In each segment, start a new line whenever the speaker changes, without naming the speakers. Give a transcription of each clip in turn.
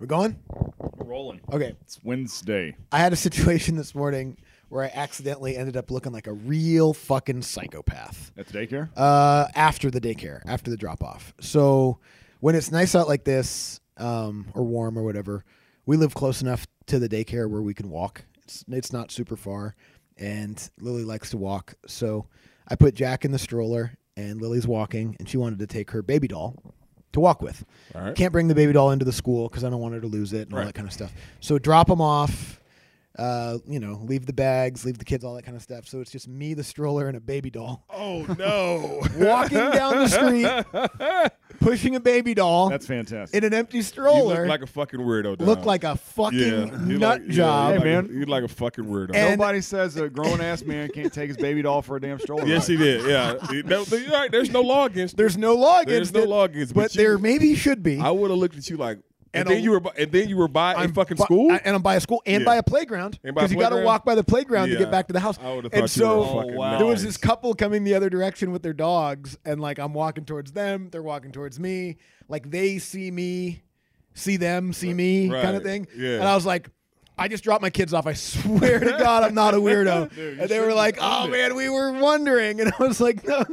We're going?
We're rolling.
Okay.
It's Wednesday.
I had a situation this morning where I accidentally ended up looking like a real fucking psychopath.
At the daycare?
Uh, after the daycare, after the drop off. So when it's nice out like this, um, or warm or whatever, we live close enough to the daycare where we can walk. It's it's not super far, and Lily likes to walk. So I put Jack in the stroller, and Lily's walking, and she wanted to take her baby doll to walk with.
All right.
Can't bring the baby doll into the school because I don't want her to lose it and all
Right.
that kind of stuff. So drop them off. Uh, you know, leave the bags, leave the kids, all that kind of stuff. So it's just me, the stroller, and a baby doll
Oh, no.
walking down the street, pushing a baby doll
That's fantastic.
in an empty
you
stroller.
look like a fucking weirdo, Don.
look like a fucking
you
nut
like-
job.
Yeah,
Hey,
you man.
man.
Like, you like a fucking weirdo.
And-
Nobody says a grown ass man can't take his baby doll for a damn stroller.
yes, he
ride.
did. Yeah. He- no, you're right. There's no law against
There's no law
There's
against
no
it,
law against,
but,
but you-
there maybe should be.
it. I would have looked at you like, and,
And
then
a-
you were, bu- and then you were by a
I'm
fucking
bu-
school.
I- and I'm by a school and
Yeah.
by a playground
And by a
because you got to
playground?
walk by the playground to
Yeah.
get back to the house.
I would've
and
thought you
so
were a fucking
Oh, wow.
there was
nut.
this couple coming the other direction with their dogs, and like I'm walking towards them, they're walking towards me. Like they see me, see them, see me, kind
Right.
of thing.
Yeah.
And I was like. I just dropped my kids off. I swear to God, I'm not a weirdo.
Dude, you
and they
should've
were like,
just
"Oh
owned it."
man, we were wondering," and I was like, "No."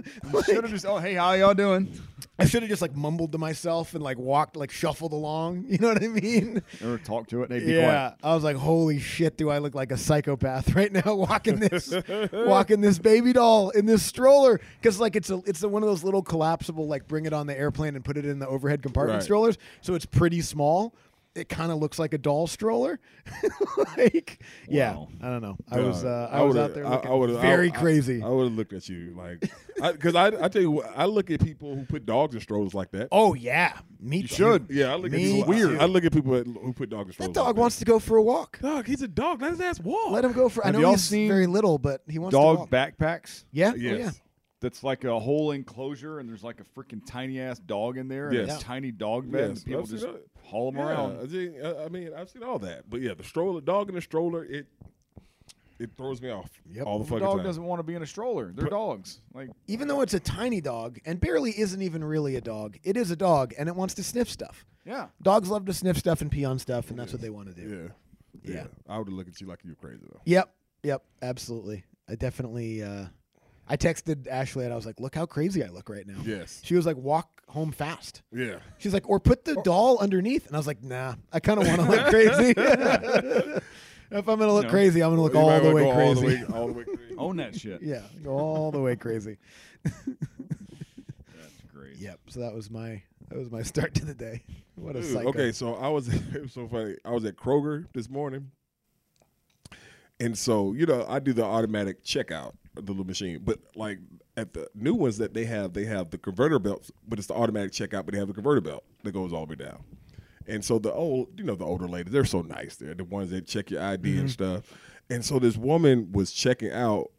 Should have just. Oh, hey, how y'all doing?
I should have just like mumbled to myself and like walked, like shuffled along. You know what I mean?
Or talk to it. Hey, be
yeah,
quiet.
I was like, "Holy shit, do I look like a psychopath right now walking this walking this baby doll in this stroller?" Because like it's a it's a, one of those little collapsible like bring it on the airplane and put it in the overhead compartment
Right.
strollers, so it's pretty small. It kind of looks like a doll stroller. like, yeah,
Wow.
I don't know. I was uh, I,
I
was
would've-
out there
I- I
looking
would've- I-
very
I-
crazy.
I, would have looked at you like, because I, I, tell you what, I look at people who put dogs in strollers like that.
oh yeah, me too.
Yeah, I look
Me
at people.
too.
I look at people who put dogs in strollers.
That dog
like
wants to go for a walk.
Dog, he's a dog. Let his ass walk.
Let him go for. I
Have
know
y'all
he's
seen
very little, but he wants to
Dog
walk.
backpacks.
Yeah, Oh,
Uh, Yes.
yeah.
That's like a whole enclosure, and there's like a freaking tiny ass dog in there, and
Yes.
a tiny dog bed,
Yes,
and people
I've seen
just
that.
haul them
Yeah, I,
around.
think- I- I mean, I've seen all that, but yeah, the stroller, dog in the stroller, it it throws me off all the
The
fucking
dog
time.
doesn't want to be in a stroller. They're dogs. Like
even though it's a tiny dog and barely isn't even really a dog, it is a dog and it wants to sniff stuff.
Yeah.
Dogs love to sniff stuff and pee on stuff, and that's what they want to do.
yeah. yeah,
Yeah.
I would have looked at you like you were crazy though.
Yep. Yep. Absolutely. I definitely. Uh, I texted Ashley and I was like, "Look how crazy I look right now."
Yes.
She was like, "Walk home fast."
Yeah,
She's like, "Or put the doll underneath," and I was like, "Nah, I kind of want to look crazy. if I'm gonna look
No.
crazy, I'm gonna look
You might
all the
wanna
way
go all the
crazy.
way- all the way crazy.
own that shit.
yeah, go all the way crazy.
That's great.
Yep. So that was my that was my start to the day. What a
Dude,
psycho.
Okay, so I was it was so funny. I was at Kroger this morning, and so you know I do the automatic checkout, the little machine. But like at the new ones that they have, they have the converter belts, but it's the automatic checkout. But they have the converter belt that goes all the way down. And so the old, you know, the older ladies, they're so nice. They're the ones that check your ID
Mm-hmm.
and stuff. And so this woman was checking out,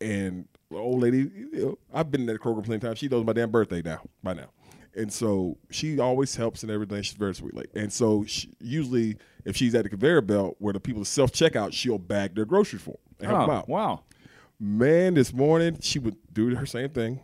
and the old lady, you know, I've been at Kroger plenty of times. She knows my damn birthday now, by now. And so she always helps and everything. She's very sweet. Like, and so she, usually, if she's at the conveyor belt where the people self checkout, she'll bag their groceries for 'em and help 'em
Oh,
out.
wow.
Man, this morning she would do her same thing,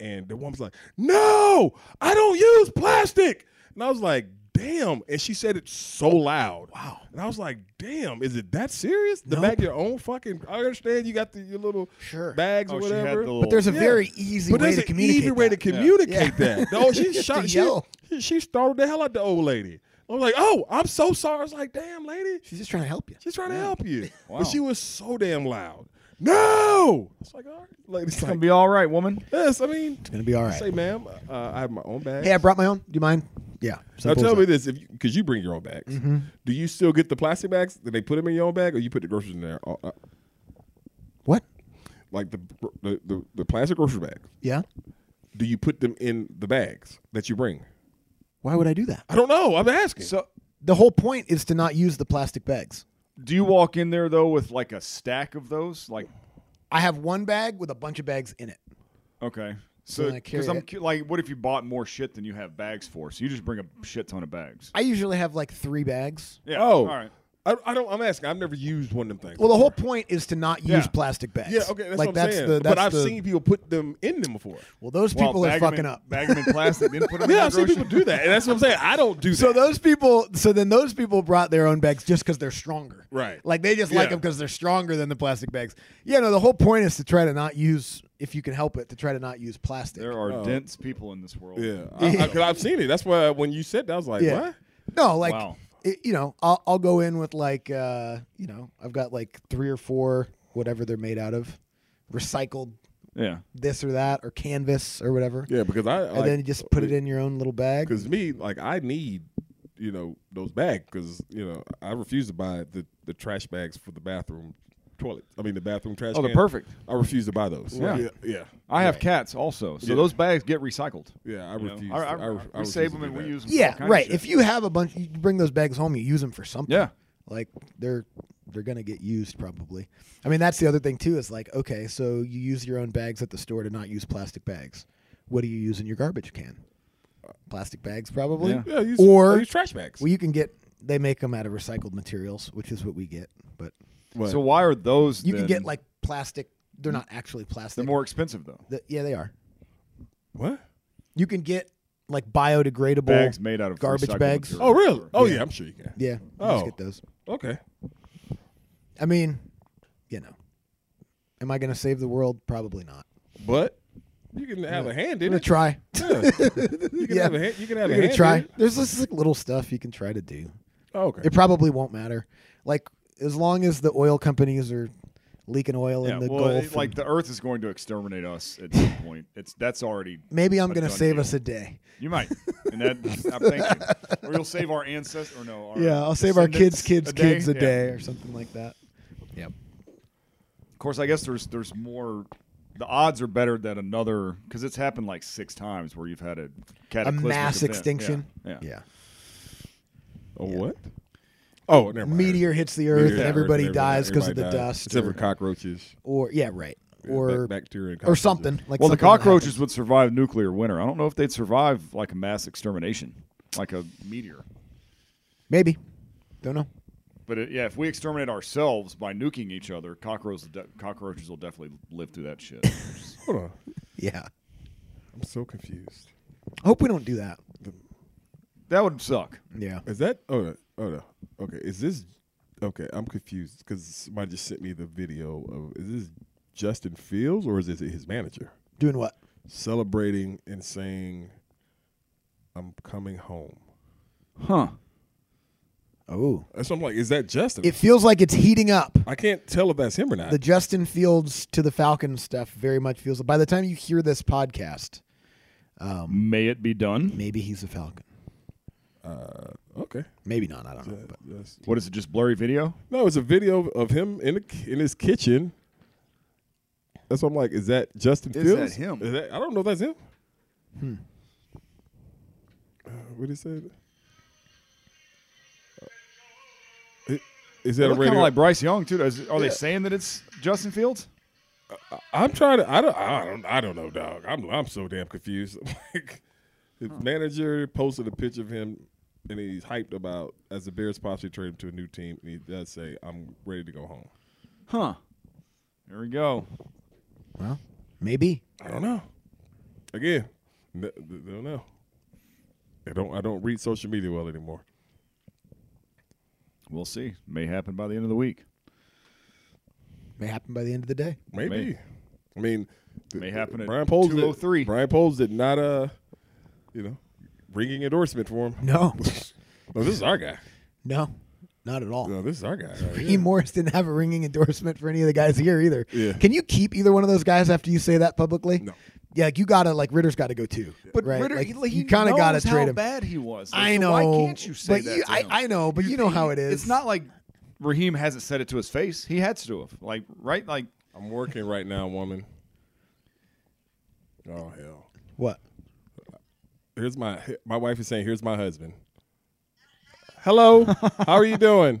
and the woman's like, "No, I don't use plastic." And I was like, "Damn!" And she said it so loud. Wow. And I was like, "Damn, is it that serious? The bag your own fucking. I understand you got the, your little
Sure.
bags or
Oh, she had
whatever,
the
But there's a
Yeah.
very easy
but
way
there's
to
an
communicate.
easy way to
that.
communicate that. Oh, she
Just
shot.
to
She,
yell.
she startled the hell out the old lady. I'm like, oh, I'm so sorry. I was like, damn, lady,
She's just trying to help you.
she's trying to help you.
Wow.
But she was so damn loud. No, it's like, all right, lady's
It's gonna
like,
be all right, woman.
yes. I mean,
It's gonna be all right.
say, ma'am, uh, I have my own bag.
hey, I brought my own. Do you mind? Yeah.
Now
simple
tell
as
me
that.
this, if because you, bring your own bags,
Mm-hmm.
do you still get the plastic bags? Do they put them in your own bag, or you put the groceries in there? Uh, uh,
What?
Like the, the the the plastic grocery bag,
Yeah.
do you put them in the bags that you bring?
Why would I do that?
I don't know. I'm asking.
So,
The whole point is to not use the plastic bags.
do you walk in there though with like a stack of those? Like,
I have one bag with a bunch of bags in it.
okay, so
then I carry
because I'm
it.
cu- like, what if you bought more shit than you have bags for? So you just bring a shit ton of bags.
I usually have like three bags.
Yeah.
oh,
All right.
I, I don't. I'm asking. I've never used one of them things.
Well, the whole point is to not use
Yeah.
plastic bags.
yeah, okay, that's
like
what I'm
that's
saying.
the that's
but I've
the,
seen people put them in them before.
well those
Well,
people are
bag 'em
fucking
in,
up.
Bag them in plastic, then put them.
Yeah,
in
I've
the
seen people
grocery.
do that, and that's what I'm saying. I don't do
So
that.
those people, so then those people brought their own bags just because they're stronger,
Right.
Like they just like
Yeah.
them because they're stronger than the plastic bags. Yeah, no. The whole point is to try to not use, if you can help it, to try to not use plastic.
There are dense people in this world.
Oh. yeah, I, I, 'cause I've seen it. That's why when you said that, I was like,
yeah,
what?
no, like
Wow.
it- you know, I'll I'll go in with like uh, you know, I've got like three or four whatever they're made out of, recycled
Yeah.
this or that or canvas or whatever,
Yeah, uh, because I
and then you just put it in your own little bag.
Because me, like, I need you know those bags because you know I refuse to buy the the trash bags for the bathroom toilet. I mean the bathroom trash.
Oh, they're
can.
perfect.
I refuse to buy those.
Yeah.
yeah, yeah.
I have cats also, so
Yeah.
those bags get recycled.
Yeah, I
You know?
refuse.
I- I-
I ref- I
we
refuse
save
to
them
do
and we
that.
use them. for all
Yeah,
kinds of
right.
shit.
If you have a bunch, you bring those bags home. You use them for something.
Yeah.
like they're they're gonna get used probably. I mean, that's the other thing too. Is like, okay, so you use your own bags at the store to not use plastic bags. What do you use in your garbage can? Plastic bags, probably.
Yeah.
Yeah, use,
Or-
or use trash bags.
Well, you can get. They make them out of recycled materials, which is what we get. But
But-
so why are those?
you can
then-
get like plastic. They're not actually plastic.
They're more expensive though.
The- yeah, they are.
what?
You can get like biodegradable
Bags made out of
garbage
recycled
bags.
material.
Oh, really? Oh,
Yeah.
yeah. I'm sure you can.
Yeah. you
Oh.
Just get those.
Okay.
I mean, you know, am I going to save the world? Probably not.
But you can have a hand
I'm going
in
to
it.
try.
Yeah. You can
Yeah.
have a hand. You can have
I'm
a
going
hand.
to
in
try.
it.
There's this like, little stuff you can try to do.
Oh, okay.
It probably won't matter. Like as long as the oil companies are leaking oil
Yeah,
in the
well,
Gulf,
it- like
and
the Earth is going to exterminate us at some point. It's that's already.
maybe I'm
a
going to
done
save
deal.
us a day.
You might, and that I'm thinking, or you'll save our ancestors, or no? Our
Yeah, I'll save our kids,
descendants
kids, kids a
Yeah.
day or something like that. Yep.
Of course, I guess there's there's more. The odds are better that another because it's happened like six times where you've had a
A
cataclysmic
mass
event.
extinction.
Yeah, yeah.
yeah.
A what? Oh, never mind.
Meteor hits the earth,
Yeah,
and everybody
everybody-
dies because of the
everybody dies.
dust.
Except
or-
for cockroaches.
or yeah, right,
Yeah,
or
bac- bacteria and
or
cockroaches.
something like.
well, the
something that
cockroaches would survive nuclear winter. I don't know if they'd survive like a mass extermination, like a meteor.
happened. maybe, don't know.
But it, yeah, if we exterminate ourselves by nuking each other, cockroaches de- cockroaches will definitely live through that shit.
Hold on.
Yeah,
I'm so confused.
I hope we don't do that.
that would suck.
Yeah,
Is that? Oh, no, oh no. Okay. Is this? Okay, I'm confused because somebody just sent me the video of. Is this Justin Fields or is this his manager
doing what?
celebrating and saying, "I'm coming home"?
Huh.
Oh,
That's what I'm like. Is that Justin?
it feels like it's heating up.
I can't tell if that's him or not.
The Justin Fields to the Falcons stuff very much feels. By the time you hear this podcast,
May it be done.
maybe he's a Falcon.
okay.
Maybe not. I don't know. But
Yes.
What is it? Just blurry video?
No, it's a video of him in the, in his kitchen. That's what I'm like. Is that Justin
Is
Fields?
that him? Hmm.
Is that- I don't know. if That's him. Uh, what is that? Uh, i- Is that a
kind
radio?
of like Bryce Young too. Does, are they saying that it's Justin Fields?
I'm trying to. I don't. I don't. I don't know, dog. I'm. I'm so damn confused. like, his manager posted a picture of him, and he's hyped about as the Bears possibly trade him to a new team. And he does say, "I'm ready to go home."
Huh. There we go.
well, maybe.
I don't know. Again, n- th- don't know. I don't. I don't read social media well anymore.
We'll see. May happen by the end of the week.
May happen by the end of the day.
Maybe.
Maybe.
I mean, th-
May happen at
Brian Poles. did-
2:03.
Brian Poles did not. Uh, you know, ringing endorsement for him.
No.
No, this is our guy.
No, not at all.
No, this is our guy. right
Raheem
here.
Morris didn't have a ringing endorsement for any of the guys here either.
Yeah.
Can you keep either one of those guys after you say that publicly?
No.
Yeah, like you gotta like Ritter's got to go too.
But
right?
Ritter,
like,
he,
you kind of gotta
knows
trade
how
him.
bad he was. Like,
I
so
know.
Why can't you say
but
that?
You,
to
I,
him?
I know, but you, know how it is.
It's not like Raheem hasn't said it to his face. He had to have. Like right, like
I'm working right now, woman. Oh hell.
what.
Here's my my wife is saying, "Here's my husband." Hello. How are you doing?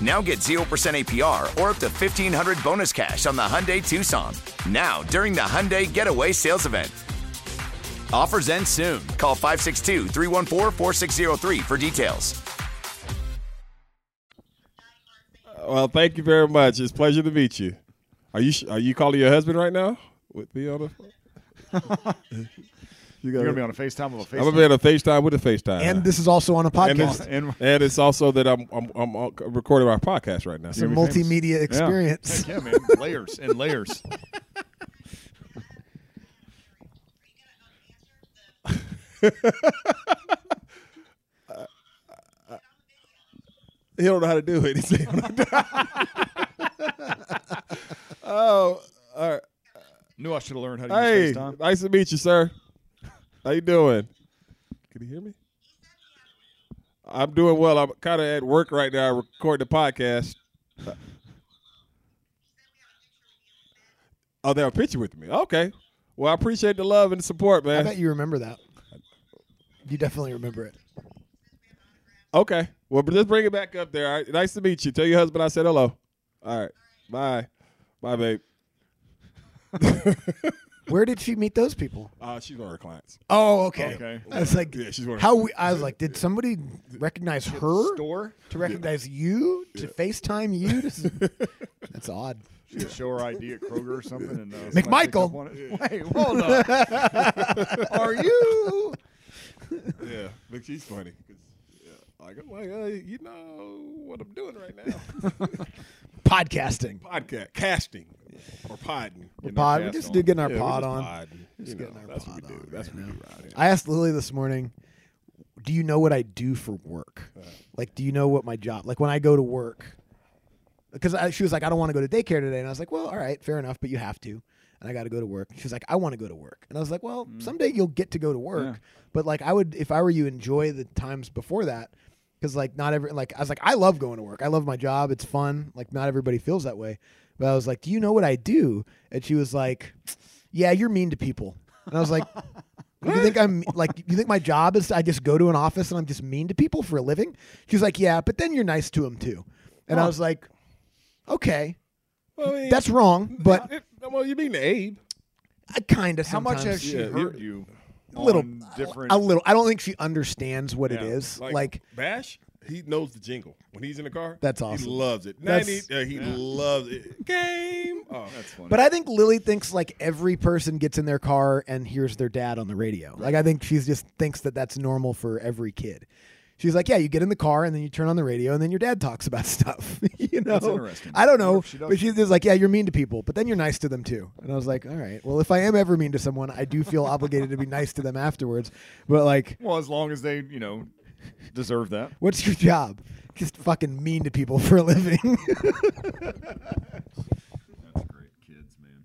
Now get 0% APR or up to 1500 bonus cash on the Hyundai Tucson. Now, during the Hyundai Getaway Sales Event. Offers end soon. Call 562 314 4603 for details.
Well, thank you very much. It's a pleasure to meet you. Are you sh- are you calling your husband right now? With me on the phone? you
you're
gotta,
gonna be on a FaceTime with a FaceTime.
I'm gonna be on a FaceTime with a FaceTime.
And this is also on a
Uh, and,
podcast.
it's,
And-
and it's also that I'm I'm, I'm uh, recording our podcast right now.
It's a multimedia experience.
Heck yeah, man. layers and layers.
He don't know how to do it. He's oh, all right.
Knew I should have learned how to
Hey,
use FaceTime.
nice to meet you, sir. How you doing? Can you hear me? I'm doing well. I'm kind of at work right now, recording the podcast. Oh, they have a picture with me. Okay. Well, I appreciate the love and the support,
I
man.
bet you remember that. You definitely remember it.
Okay. Well, but just bring it back up there. All right. Nice to meet you. Tell your husband I said hello. All right. Bye. Bye, babe.
Where did she meet those people?
Uh, she's one of our clients.
Oh, okay.
Okay.
I was like,
Yeah, she's one of-
how we, I was like, did somebody recognize her
Store.
to recognize you to FaceTime you? This is- that's odd.
She could show her ID at Kroger or something. And, uh, somebody picked up
McMichael.
on it. Hey, hold up. Are you?
Yeah. But she's funny. 'cause, yeah, Like, I'm like, uh, you know what I'm doing right now.
Podcasting.
Podcast. Casting. Or podding.
We're
You know?
pod. We
cast
just
on.
did getting our
Yeah, we're
pod
just
on.
podding, you know,
getting our
that's what
pod
we do.
on
That's what we do. out here.
I asked Lily this morning, do you know what I do for work? Like, do you know what my job, like when I go to work? Because she was like, I don't want to go to daycare today. And I was like, well, all right, fair enough, but you have to. And I got to go to work. She was like, I want to go to work. And I was like, well, someday you'll get to go to work. But like, I would, if I were you, enjoy the times before that. Because like, not every, like, I was like, I love going to work. I love my job. It's fun. Like, not everybody feels that way. But I was like, do you know what I do? And she was like, yeah, you're mean to people. And I was like, you think I'm like you think my job is I just go to an office and I'm just mean to people for a living? She's like, yeah, but then you're nice to them too. And I was like, okay,
Well, I mean,
that's wrong, but
it- well, you mean Abe?
I kind of.
How much has she
Yeah,
heard you
a little,
on different.
a little. I don't think she understands what it
Yeah,
is. Like,
Bash, he knows the jingle when he's in the car.
That's awesome.
He loves it. Ninety,
That's-
uh, he loves it. Game. Oh,
That's funny.
But I think Lily thinks like every person gets in their car and hears their dad on the radio. Like I think she's just thinks that that's normal for every kid. She's like, yeah, you get in the car and then you turn on the radio and then your dad talks about stuff. you know,
interesting.
I don't know,
Wonder if she does.
but she's just like, yeah, you're mean to people, but then you're nice to them too. And I was like, all right, well, if I am ever mean to someone, I do feel obligated to be nice to them afterwards. But like,
well, as long as they, you know, deserve that.
what's your job? Just fucking mean to people for a living.
That's great, kids, man.